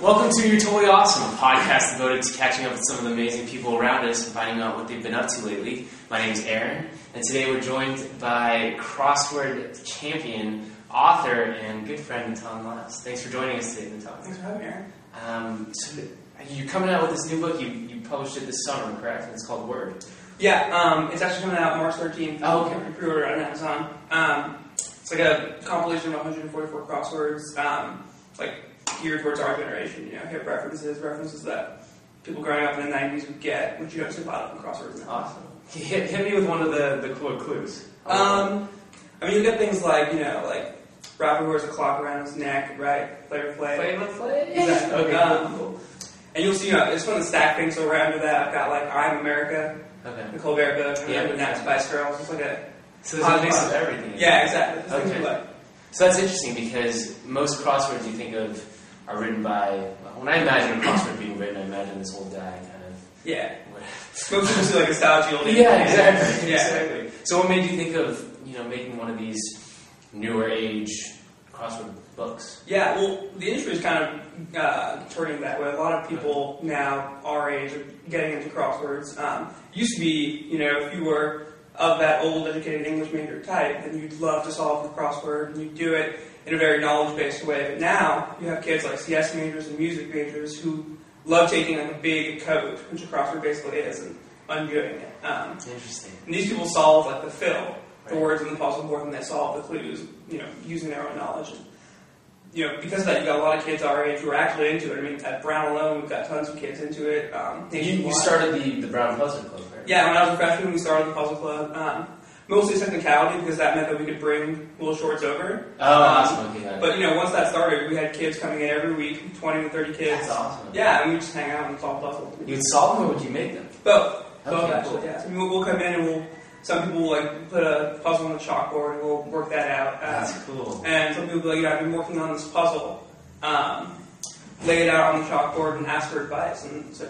Welcome to You're Totally Awesome, a podcast devoted to catching up with some of the amazing people around us and finding out what they've been up to lately. My name is Aaron, and today we're joined by crossword champion, author, and good friend Natan Lyles. Thanks for joining us today, Natan. Thanks for having me, Aaron. Um, so you're coming out with this new book. You, you published it this summer, correct? And it's called Word. Yeah, um, it's actually coming out March 13th. Oh, okay. You pre-order it on Amazon. Um, it's like a compilation of 144 crosswords, um, like geared towards our generation. You know, hip references, references that people growing up in the 90s would get, which you don't see a lot of in crosswords now. Awesome. Hit, hit me with one of the, the cool clues. Oh. Um, I mean, you get things like you know, like rapper wears a clock around his neck, right? Player play. play, let's play. Exactly. Okay, Um, cool, And you'll see, you know, it's one of the stack things. So right under that, I've got like I'm America, cool. Okay. the Colbert Book, and Yeah. then Nat Spice Girls. It's like a So there's a mix of everything. yeah, exactly. It's things Okay. you like. So that's interesting because most crosswords you think of are written by. well, When I imagine a crossword being written, I imagine this old guy kind of. Yeah. Smokes into like a style old exactly. Yeah. Exactly. So what made you think of you know making one of these newer age crossword books? Yeah, well, the industry is kind of uh, turning that way. A lot of people now our age are getting into crosswords. Um, it used to be, you know, if you were of that old educated English major type, then you'd love to solve the crossword and you'd do it in a very knowledge based way. But now you have kids like CS majors and music majors who love taking like a big code, which a crossword basically is, and undoing it. Um, It's interesting. and these people solve like the fill, the Right. words in the puzzle board, and they solve the clues, you know, using their own knowledge. And, you know, because of that, you got a lot of kids our age who are actually into it. I mean, at Brown alone, we've got tons of kids into it. Um, You, you nationwide. started the the Brown Puzzle Club, right? Yeah, when I was a freshman, we started the puzzle club. Um, mostly technicality because that meant that we could bring Will Shorts over. Oh, awesome. Okay. got it. Uh, But you know, once that started, we had kids coming in every week, twenty to thirty kids. that's awesome. Yeah, and we just hang out and solve puzzles. You would solve them, or would you make them? Both. Both, Okay, actually, cool. yeah. So we'll, we'll come in and we'll, some people will like put a puzzle on the chalkboard and we'll work that out. Uh, That's cool. and some people will be like, you know, I've been working on this puzzle. Um, lay it out on the chalkboard and ask for advice. And it's a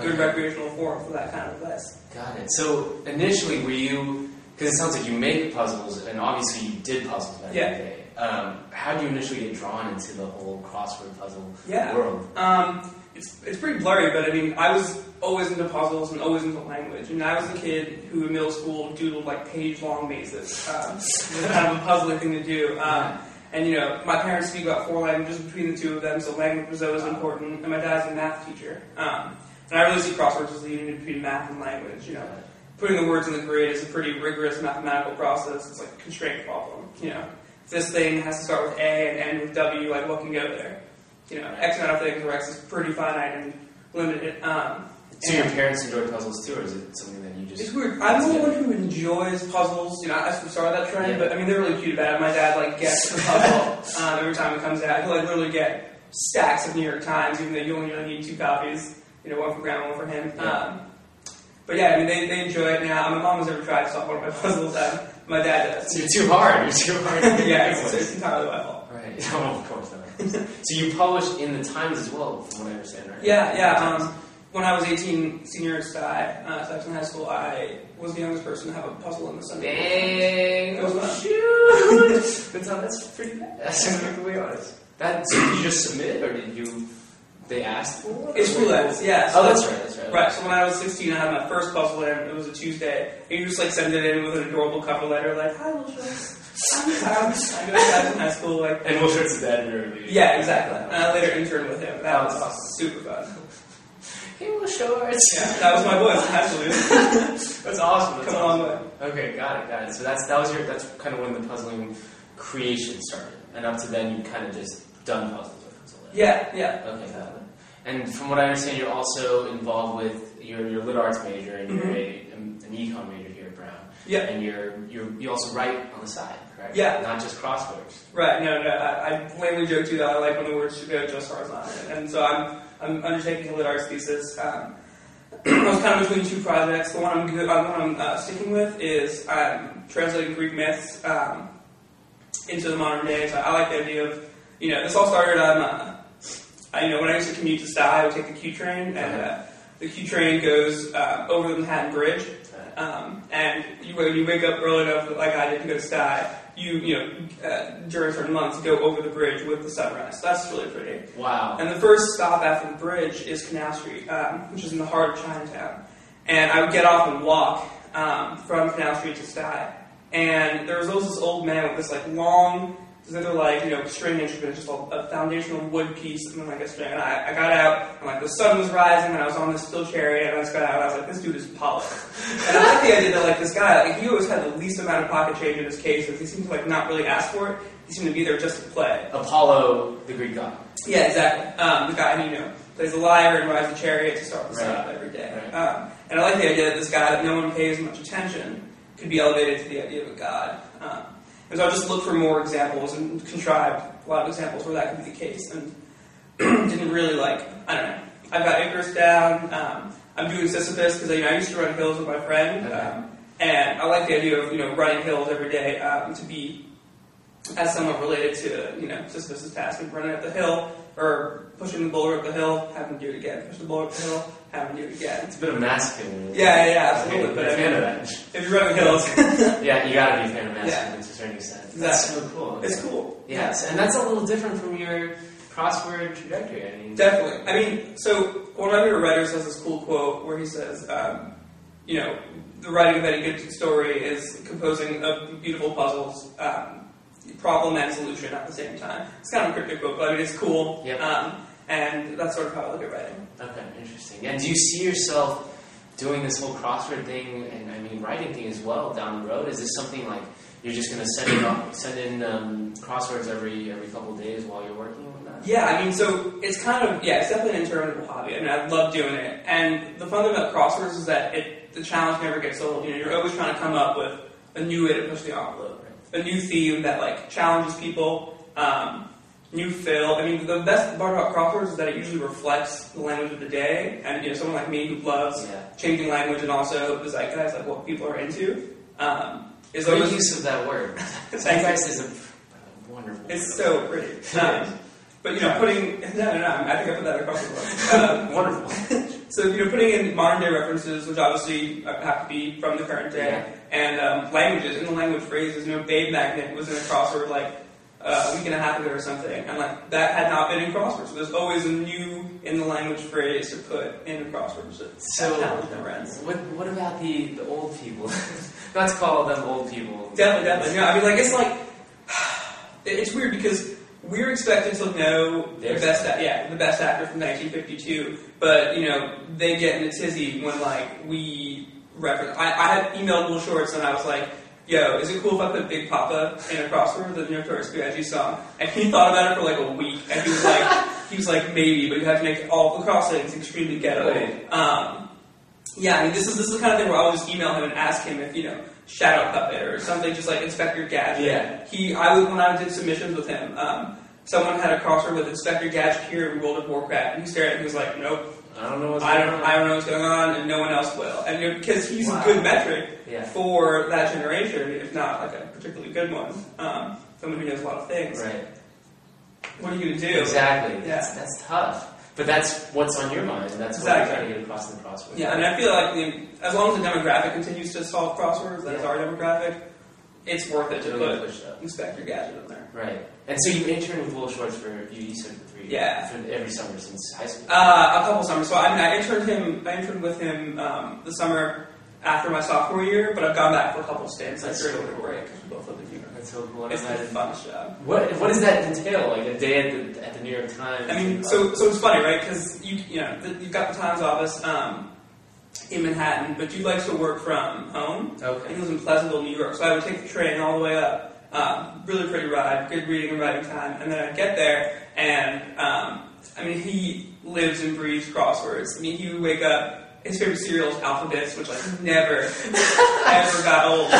good Okay. recreational forum for that kind of advice. Got it. So initially, were you? Because it sounds like you make puzzles, and obviously you did puzzles back in Yeah. the day. Um, how do you initially get drawn into the whole crossword puzzle Yeah. world? Um, it's, it's pretty blurry, but I mean, I was always into puzzles and always into language. And I was a kid who in middle school doodled like page long mazes. Um, it was kind of a puzzling thing to do. Um, and you know, my parents speak about four languages between the two of them, so language was always important. And my dad's a math teacher. Um, and I really see crosswords as the union between math and language. You know, putting the words in the grid is a pretty rigorous mathematical process. It's like a constraint problem. You know, if this thing has to start with A and end with W, like what can go there? You know, X amount of things where X is pretty finite and limited. Um, So your parents enjoyed puzzles too, or is it something that you it's just? weird. I'm the one who enjoys puzzles. You know, I sort of started that trend, Yeah. but I mean, they're really cute about it. My dad like gets the puzzle um, every time it comes out. He'll like literally get stacks of New York Times, even though you only really need two copies. You know, one for grandma, one for him. Yeah. Um, but yeah, I mean, they, they enjoy it now. My mom has never tried to solve one of my puzzles. Um, my dad does. You're too hard. You're too hard. yeah, it's, it's entirely my fault. Right. Oh, of course not. so you published in the Times as well, from what I understand, right? Yeah, yeah. Um, when I was 18, senior at Sky, uh, Saxon High School, I was the youngest person to have a puzzle in the Sunday. Dang! It was fun. Shoot! But Tom, that's pretty bad. That's perfectly honest. That so did you just submit, or did you? They asked for it? It's roulette, yeah. so Oh, that's right. That's right. Right, so when I was 16, I had my first puzzle in. It was a Tuesday. And you just like send it in with an adorable cover letter, like, Hi, Will Schultz. I'm Tom. I go to Saxon High School. Like, And we'll fix the editor. yeah, exactly. And I later interned with him. That was awesome. super fun. Hey, Will Shorts. Yeah, that was my voice, absolutely. That's awesome. That's Come a long awesome. way. Okay, got it, got it. So that's that was your that's kind of when the puzzling creation started, and up to then you kind of just done puzzles with puzzle. Yeah, yeah. Okay, got it. And from what I understand, you're also involved with your your lit arts major, and you're a, an econ major here at Brown. Mm-hmm. Yeah. And you're you you also write on the side, correct? Yeah. Not just crosswords. Right, no, no. I, I plainly joke too that I like when the words should go just horizontal. And so I'm, I'm undertaking a lit arts thesis. Um, I was kind of between two projects. The one I'm, good, uh, the one I'm uh, sticking with is um, translating Greek myths um, into the modern day. So I like the idea of, you know, this all started on, uh, I, you know, when I used to commute to Sky, I would take the Q train, and uh, the Q train goes uh, over the Manhattan Bridge. Um, and you, when you wake up early enough, like I did, to go to Sky, you you know uh, during certain months go over the bridge with the sunrise. That's really pretty. Wow. And the first stop after the bridge is Canal Street, um, which is in the heart of Chinatown. And I would get off and walk um, from Canal Street to Sky. And there was always this old man with this like long, this other like you know string instrument, just a, a foundational wood piece, and then like a string. And I, I got out, and like the sun was rising, and I was on this still chariot, and I just got out, and I was like, this dude is polished. and I like the idea that like this guy, like he always had the least amount of pocket change in his cases. He seemed to like not really ask for it. He seemed to be there just to play. Apollo, the Greek god. Yeah, exactly. Um, the guy who you know plays the lyre and rides the chariot to start the Right. setup every day. Right. Um, and I like the idea that this guy that no one pays much attention could be elevated to the idea of a god. Um, and so I just looked for more examples and contrived a lot of examples where that could be the case, and didn't really like. I don't know. I've got Icarus down. Um, I'm doing Sisyphus because you know, I used to run hills with my friend, Okay. um, and I like the idea of you know running hills every day um, to be as somewhat related to you know Sisyphus' task of running up the hill or pushing the boulder up the hill, having to do it again, push the boulder up the hill, having to do it again. It's a bit of masculine. Yeah, yeah, yeah, Okay, absolutely. you're But a I fan mean, of if you're running hills, that. yeah, you gotta be a fan of masculine Yeah. to a certain extent. That's so cool. it's Mm-hmm. cool. Yes, and that's a little different from your crossword trajectory. I mean, Definitely. I mean, so one of my favorite writers has this cool quote where he says, um, you know, the writing of any good story is composing of beautiful puzzles, um, problem and solution at the same time. It's kind of a cryptic quote, but I mean, it's cool. Yep. Um, and that's sort of how I look at writing. Okay, interesting. And do you see yourself doing this whole crossword thing and I mean writing thing as well down the road? Is this something like you're just gonna send in send in um, crosswords every every couple of days while you're working on that? Yeah, I mean, so it's kind of yeah, it's definitely an interminable hobby. I mean, I love doing it, and the fun thing about crosswords is that it the challenge never gets old. You know, you're always trying to come up with a new way to push the envelope, a new theme that like challenges people, um, new fill. I mean, the best part about crosswords is that it usually reflects the language of the day, and you know, someone like me who loves Yeah. changing language and also the zeitgeist, like what people are into, um, is Great always use of that word. Zeitgeist is a wonderful. it's so pretty. Um, but you know, putting no, no, no, I think I put that across the board. Um, wonderful. So you know, putting in modern day references, which obviously uh, have to be from the current day, and um, languages in the language phrases. You know, Babe Magnet was in a crossword like uh, a week and a half ago or something, and like that had not been in crosswords. So there's always a new in the language phrase to put in a crossword. So, So- that challenge never ends. What what about the, the old people? Let's call them old people. Definitely, definitely. No, I mean, like it's like it- it's weird because we're expected to know the There's- best, act- yeah, the best actor from 1952, but you know they get in a tizzy when like we reference. I, I had emailed Will Shorts and I was like. Yo, is it cool if I put Big Papa in a crossword, the Notorious B.I.G. song? And he thought about it for like a week, and he was like, he was like, maybe, but you have to make all the crossings extremely ghetto. Right. Um, yeah, I mean, this is this is the kind of thing where I'll just email him and ask him if you know Shadow Puppet or something, just like Inspector Gadget. Yeah. He, I would when I did submissions with him. Um, someone had a crossword with Inspector Gadget here in World of Warcraft, and he stared at me and was like, "Nope, I don't know what's I going don't, on. I don't know what's going on, and no one else will." And you know, because he's Wow. a good metric yeah. for that generation, if not like a particularly good one, um, someone who knows a lot of things. Right. What are you gonna do? Exactly. Yeah. That's, that's tough. But that's what's on your mind, and that's what Exactly. you're trying to get across in the crossword. Yeah, and I feel like the, as long as the demographic continues to solve crosswords, that is Yeah. our demographic, it's worth it to Really put push up. Inspector Gadget in there. Right. And so you interned with Will Shorts for you said for three Yeah. for every summer since high school. Uh, a couple summers. So I mean, I interned him. I interned with him um, the summer after my sophomore year, but I've gone back for a couple stints. I That's sure cool. a break. 'cause we both live in New York. That's so cool. It's been a And fun job. what what does that entail? Like a day at the at the New York Times. I mean, so so it's funny, right? Because you you know the, you've got the Times office um, in Manhattan, but you like to work from home. He okay. lives in Pleasantville, New York, so I would take the train all the way up. Um, really pretty ride, good reading and writing time, and then I'd get there, and um, I mean, he lives and breathes crosswords. I mean, he would wake up. His favorite cereal is alphabets, which like never, ever got old.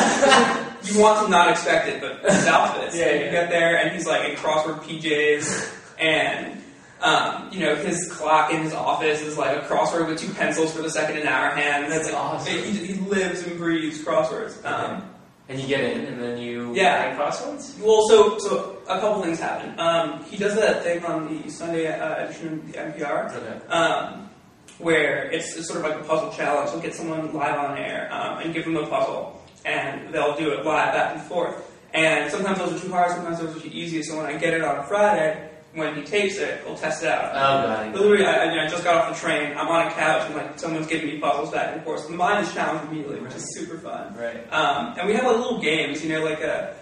You want to not expect it, but it's alphabets. Yeah, And yeah. You get there, and he's like in crossword PJs, and um, you know his clock in his office is like a crossword with two pencils for the second and hour hand. That's like, awesome. He, he lives and breathes crosswords. Um, And you get in, and then you Yeah. write crosswords. well, so so a couple things happen. Um, he does that thing on the Sunday uh, edition of the NPR Okay. um, where it's, it's sort of like a puzzle challenge. We'll get someone live on air um, and give them a puzzle, and they'll do it live back and forth. And sometimes those are too hard, sometimes those are too easy. So when I get it on Friday, when he tapes it, we'll test it Oh, out. God. Literally, I, I, mean, I just got off the train. I'm on a couch, and like someone's giving me puzzles back and forth. So mine is challenged immediately, which is super fun. Right. Um, and we have like little games, you know, like uh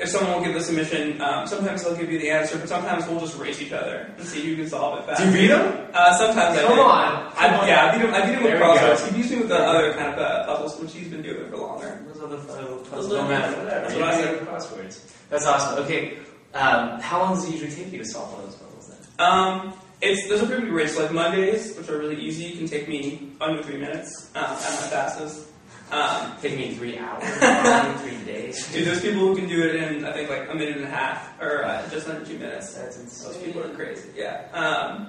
if someone will give a submission, um, sometimes they'll give you the answer, but sometimes we'll just race each other and see who can solve it Do faster. you beat him? Uh, sometimes I Come do. on. I, Come on. yeah, I beat him. I beat him There with we go. crossroads. He beats me with the other kind of uh, puzzles, which he's been doing for longer. Those other puzzles Those don't little- matter. Whatever. that's You what I just have crosswords. That's awesome. Okay. Um, how long does it usually take you to solve one of those puzzles then? Um, it's there's a pretty good race. Like Mondays, which are really easy, can take me under three minutes um, at my fastest. Um, Take me three hours, probably three days. dude, there's people who can do it in I think like a minute and a half or uh, just under two minutes. That's Those insane. people are crazy. Yeah. Um,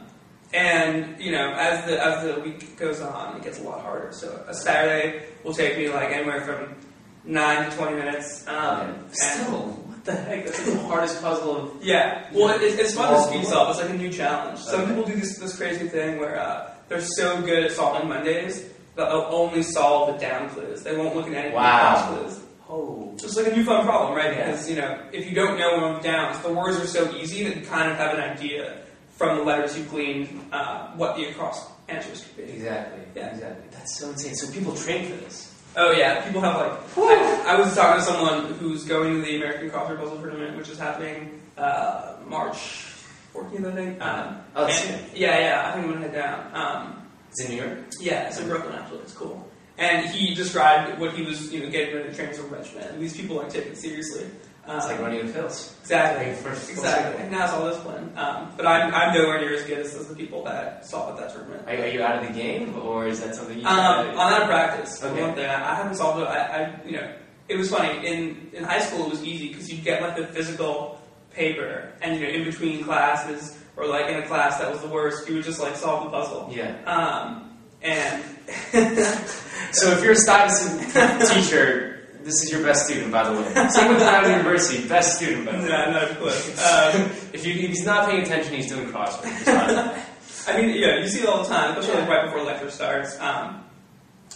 and you know, as the as the week goes on, it gets a lot harder. So a Saturday will take me like anywhere from nine to twenty minutes. Um, Um, and- Still, what the heck? That's like the hardest puzzle Yeah, well, it, it's fun to speed solve. It's like a new challenge. Some Okay. people do this this crazy thing where uh, they're so good at solving Mondays that they'll only solve the down quiz. They won't look at any Wow. cross quiz. of. Oh. It's like a new fun problem, right? Yeah. Because you know, if you don't know one of the downs, the words are so easy that you kind of have an idea from the letters you gleaned uh, what the across answers could be. Exactly. Yeah. Exactly. That's so insane. So people train for this. Oh yeah, people have like. I, I was talking to someone who's going to the American Crossword Puzzle Tournament, which is happening uh, March 14th, I think. Um, Oh, that's And- good. yeah, yeah, I think I'm gonna head down. Um, It's in New York? yeah, it's in Brooklyn actually. It's cool. And he described what he was, you know, getting ready to train from Richmond. These people like take it seriously. Um, It's like running the hills. exactly, Like, first- exactly. And that's all this one. Um, but I'm, I'm nowhere near as good as, as the people that saw at that tournament. Are, are you out of the game, or is that something you? Um, on that practice, Okay. one thing I I haven't solved it. I, I, you know, it was funny. In in high school, it was easy because you'd get like the physical paper, and you know, in between classes or like in a class that was the worst, you would just like solve the puzzle. yeah. Um, and So if you're a Stuyvesant teacher, this is your best student, by the way. Same with Stuyvesant University, best student, by no, the way. Uh, not a clue. Um, If, you, if he's not paying attention, he's doing crossword. He's not- I mean, yeah, you see it all the time, especially like right before lecture starts, um,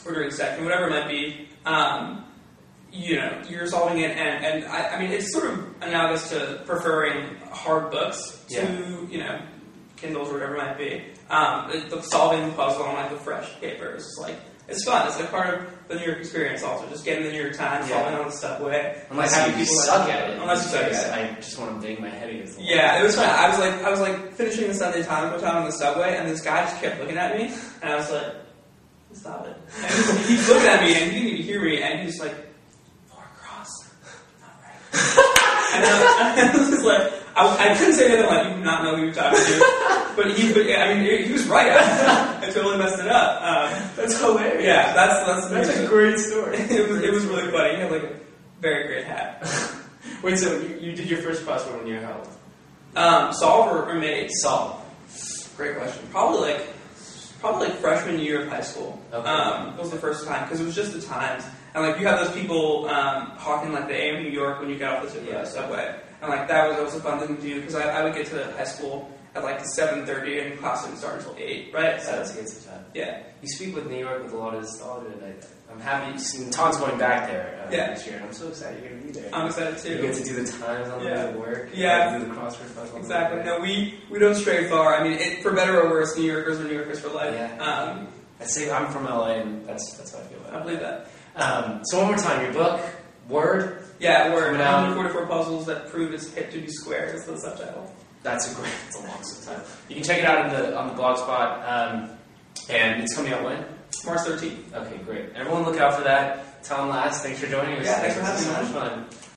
or during section, whatever it might be. Um, you know, you're solving it, and, and I, I mean, it's sort of analogous to preferring hard books to Yeah. you know Kindles or whatever it might be. Um, the, the solving the puzzle on like the fresh paper is just, like it's fun. It's like part of the New York experience. Also, just getting the New York Times, Yeah. solving on the subway. Unless Having you people, like- suck at it. Unless you suck at it. I just want to bang my head against the wall. Yeah, it was fun. I was like, I was like finishing the Sunday Times one time on the subway, and this guy just kept looking at me, and I was like, "Stop it!" And he looked at me, and he didn't even hear me, and he was like, "Four cross, not right." and I, I was just like, I, I couldn't say anything like, "You do not know who you're talking to," but he, but, I mean, he was right. I, I totally messed it up. Um, That's hilarious. yeah, that's that's, great story. it was it was really funny. He had like a very great hat. Wait, so you, you did your first crossword when you were how old? Um, solve or, or made. Solve. Great question. Probably like probably like freshman year of high school. Okay. Um, was the first time because it was just the times, and like you had those people um, hawking like the AM New York when you got off the sub- Yeah. subway, and like that was always a fun thing to do because I, I would get to high school at like seven thirty and class didn't start until eight, right? So So that's against the time. yeah, You speak with New York with a lot of nostalgia, and I- I'm happy. Tom's going back there uh, Yeah. this year, and I'm so excited you're going to be there. I'm excited you too. get to do the times on the way to work. Yeah. You get to do the crossword puzzle. Exactly. No, we we don't stray far. I mean, it, for better or worse, New Yorkers are New Yorkers for life. Yeah. Um, I say I'm from LA, and that's that's how I feel I about it. believe that. Um, so one more time, your book, Word. Yeah, we're Coming out. 144 puzzles that prove it's hip to be square is the subtitle. That's a great. It's a long time. You can check it out in the on the blog spot, um, and it's coming out when? March 13th. Okay, great. Everyone, look out for that. Tom Last, thanks for joining us. Yeah, thanks for This is having so much fun.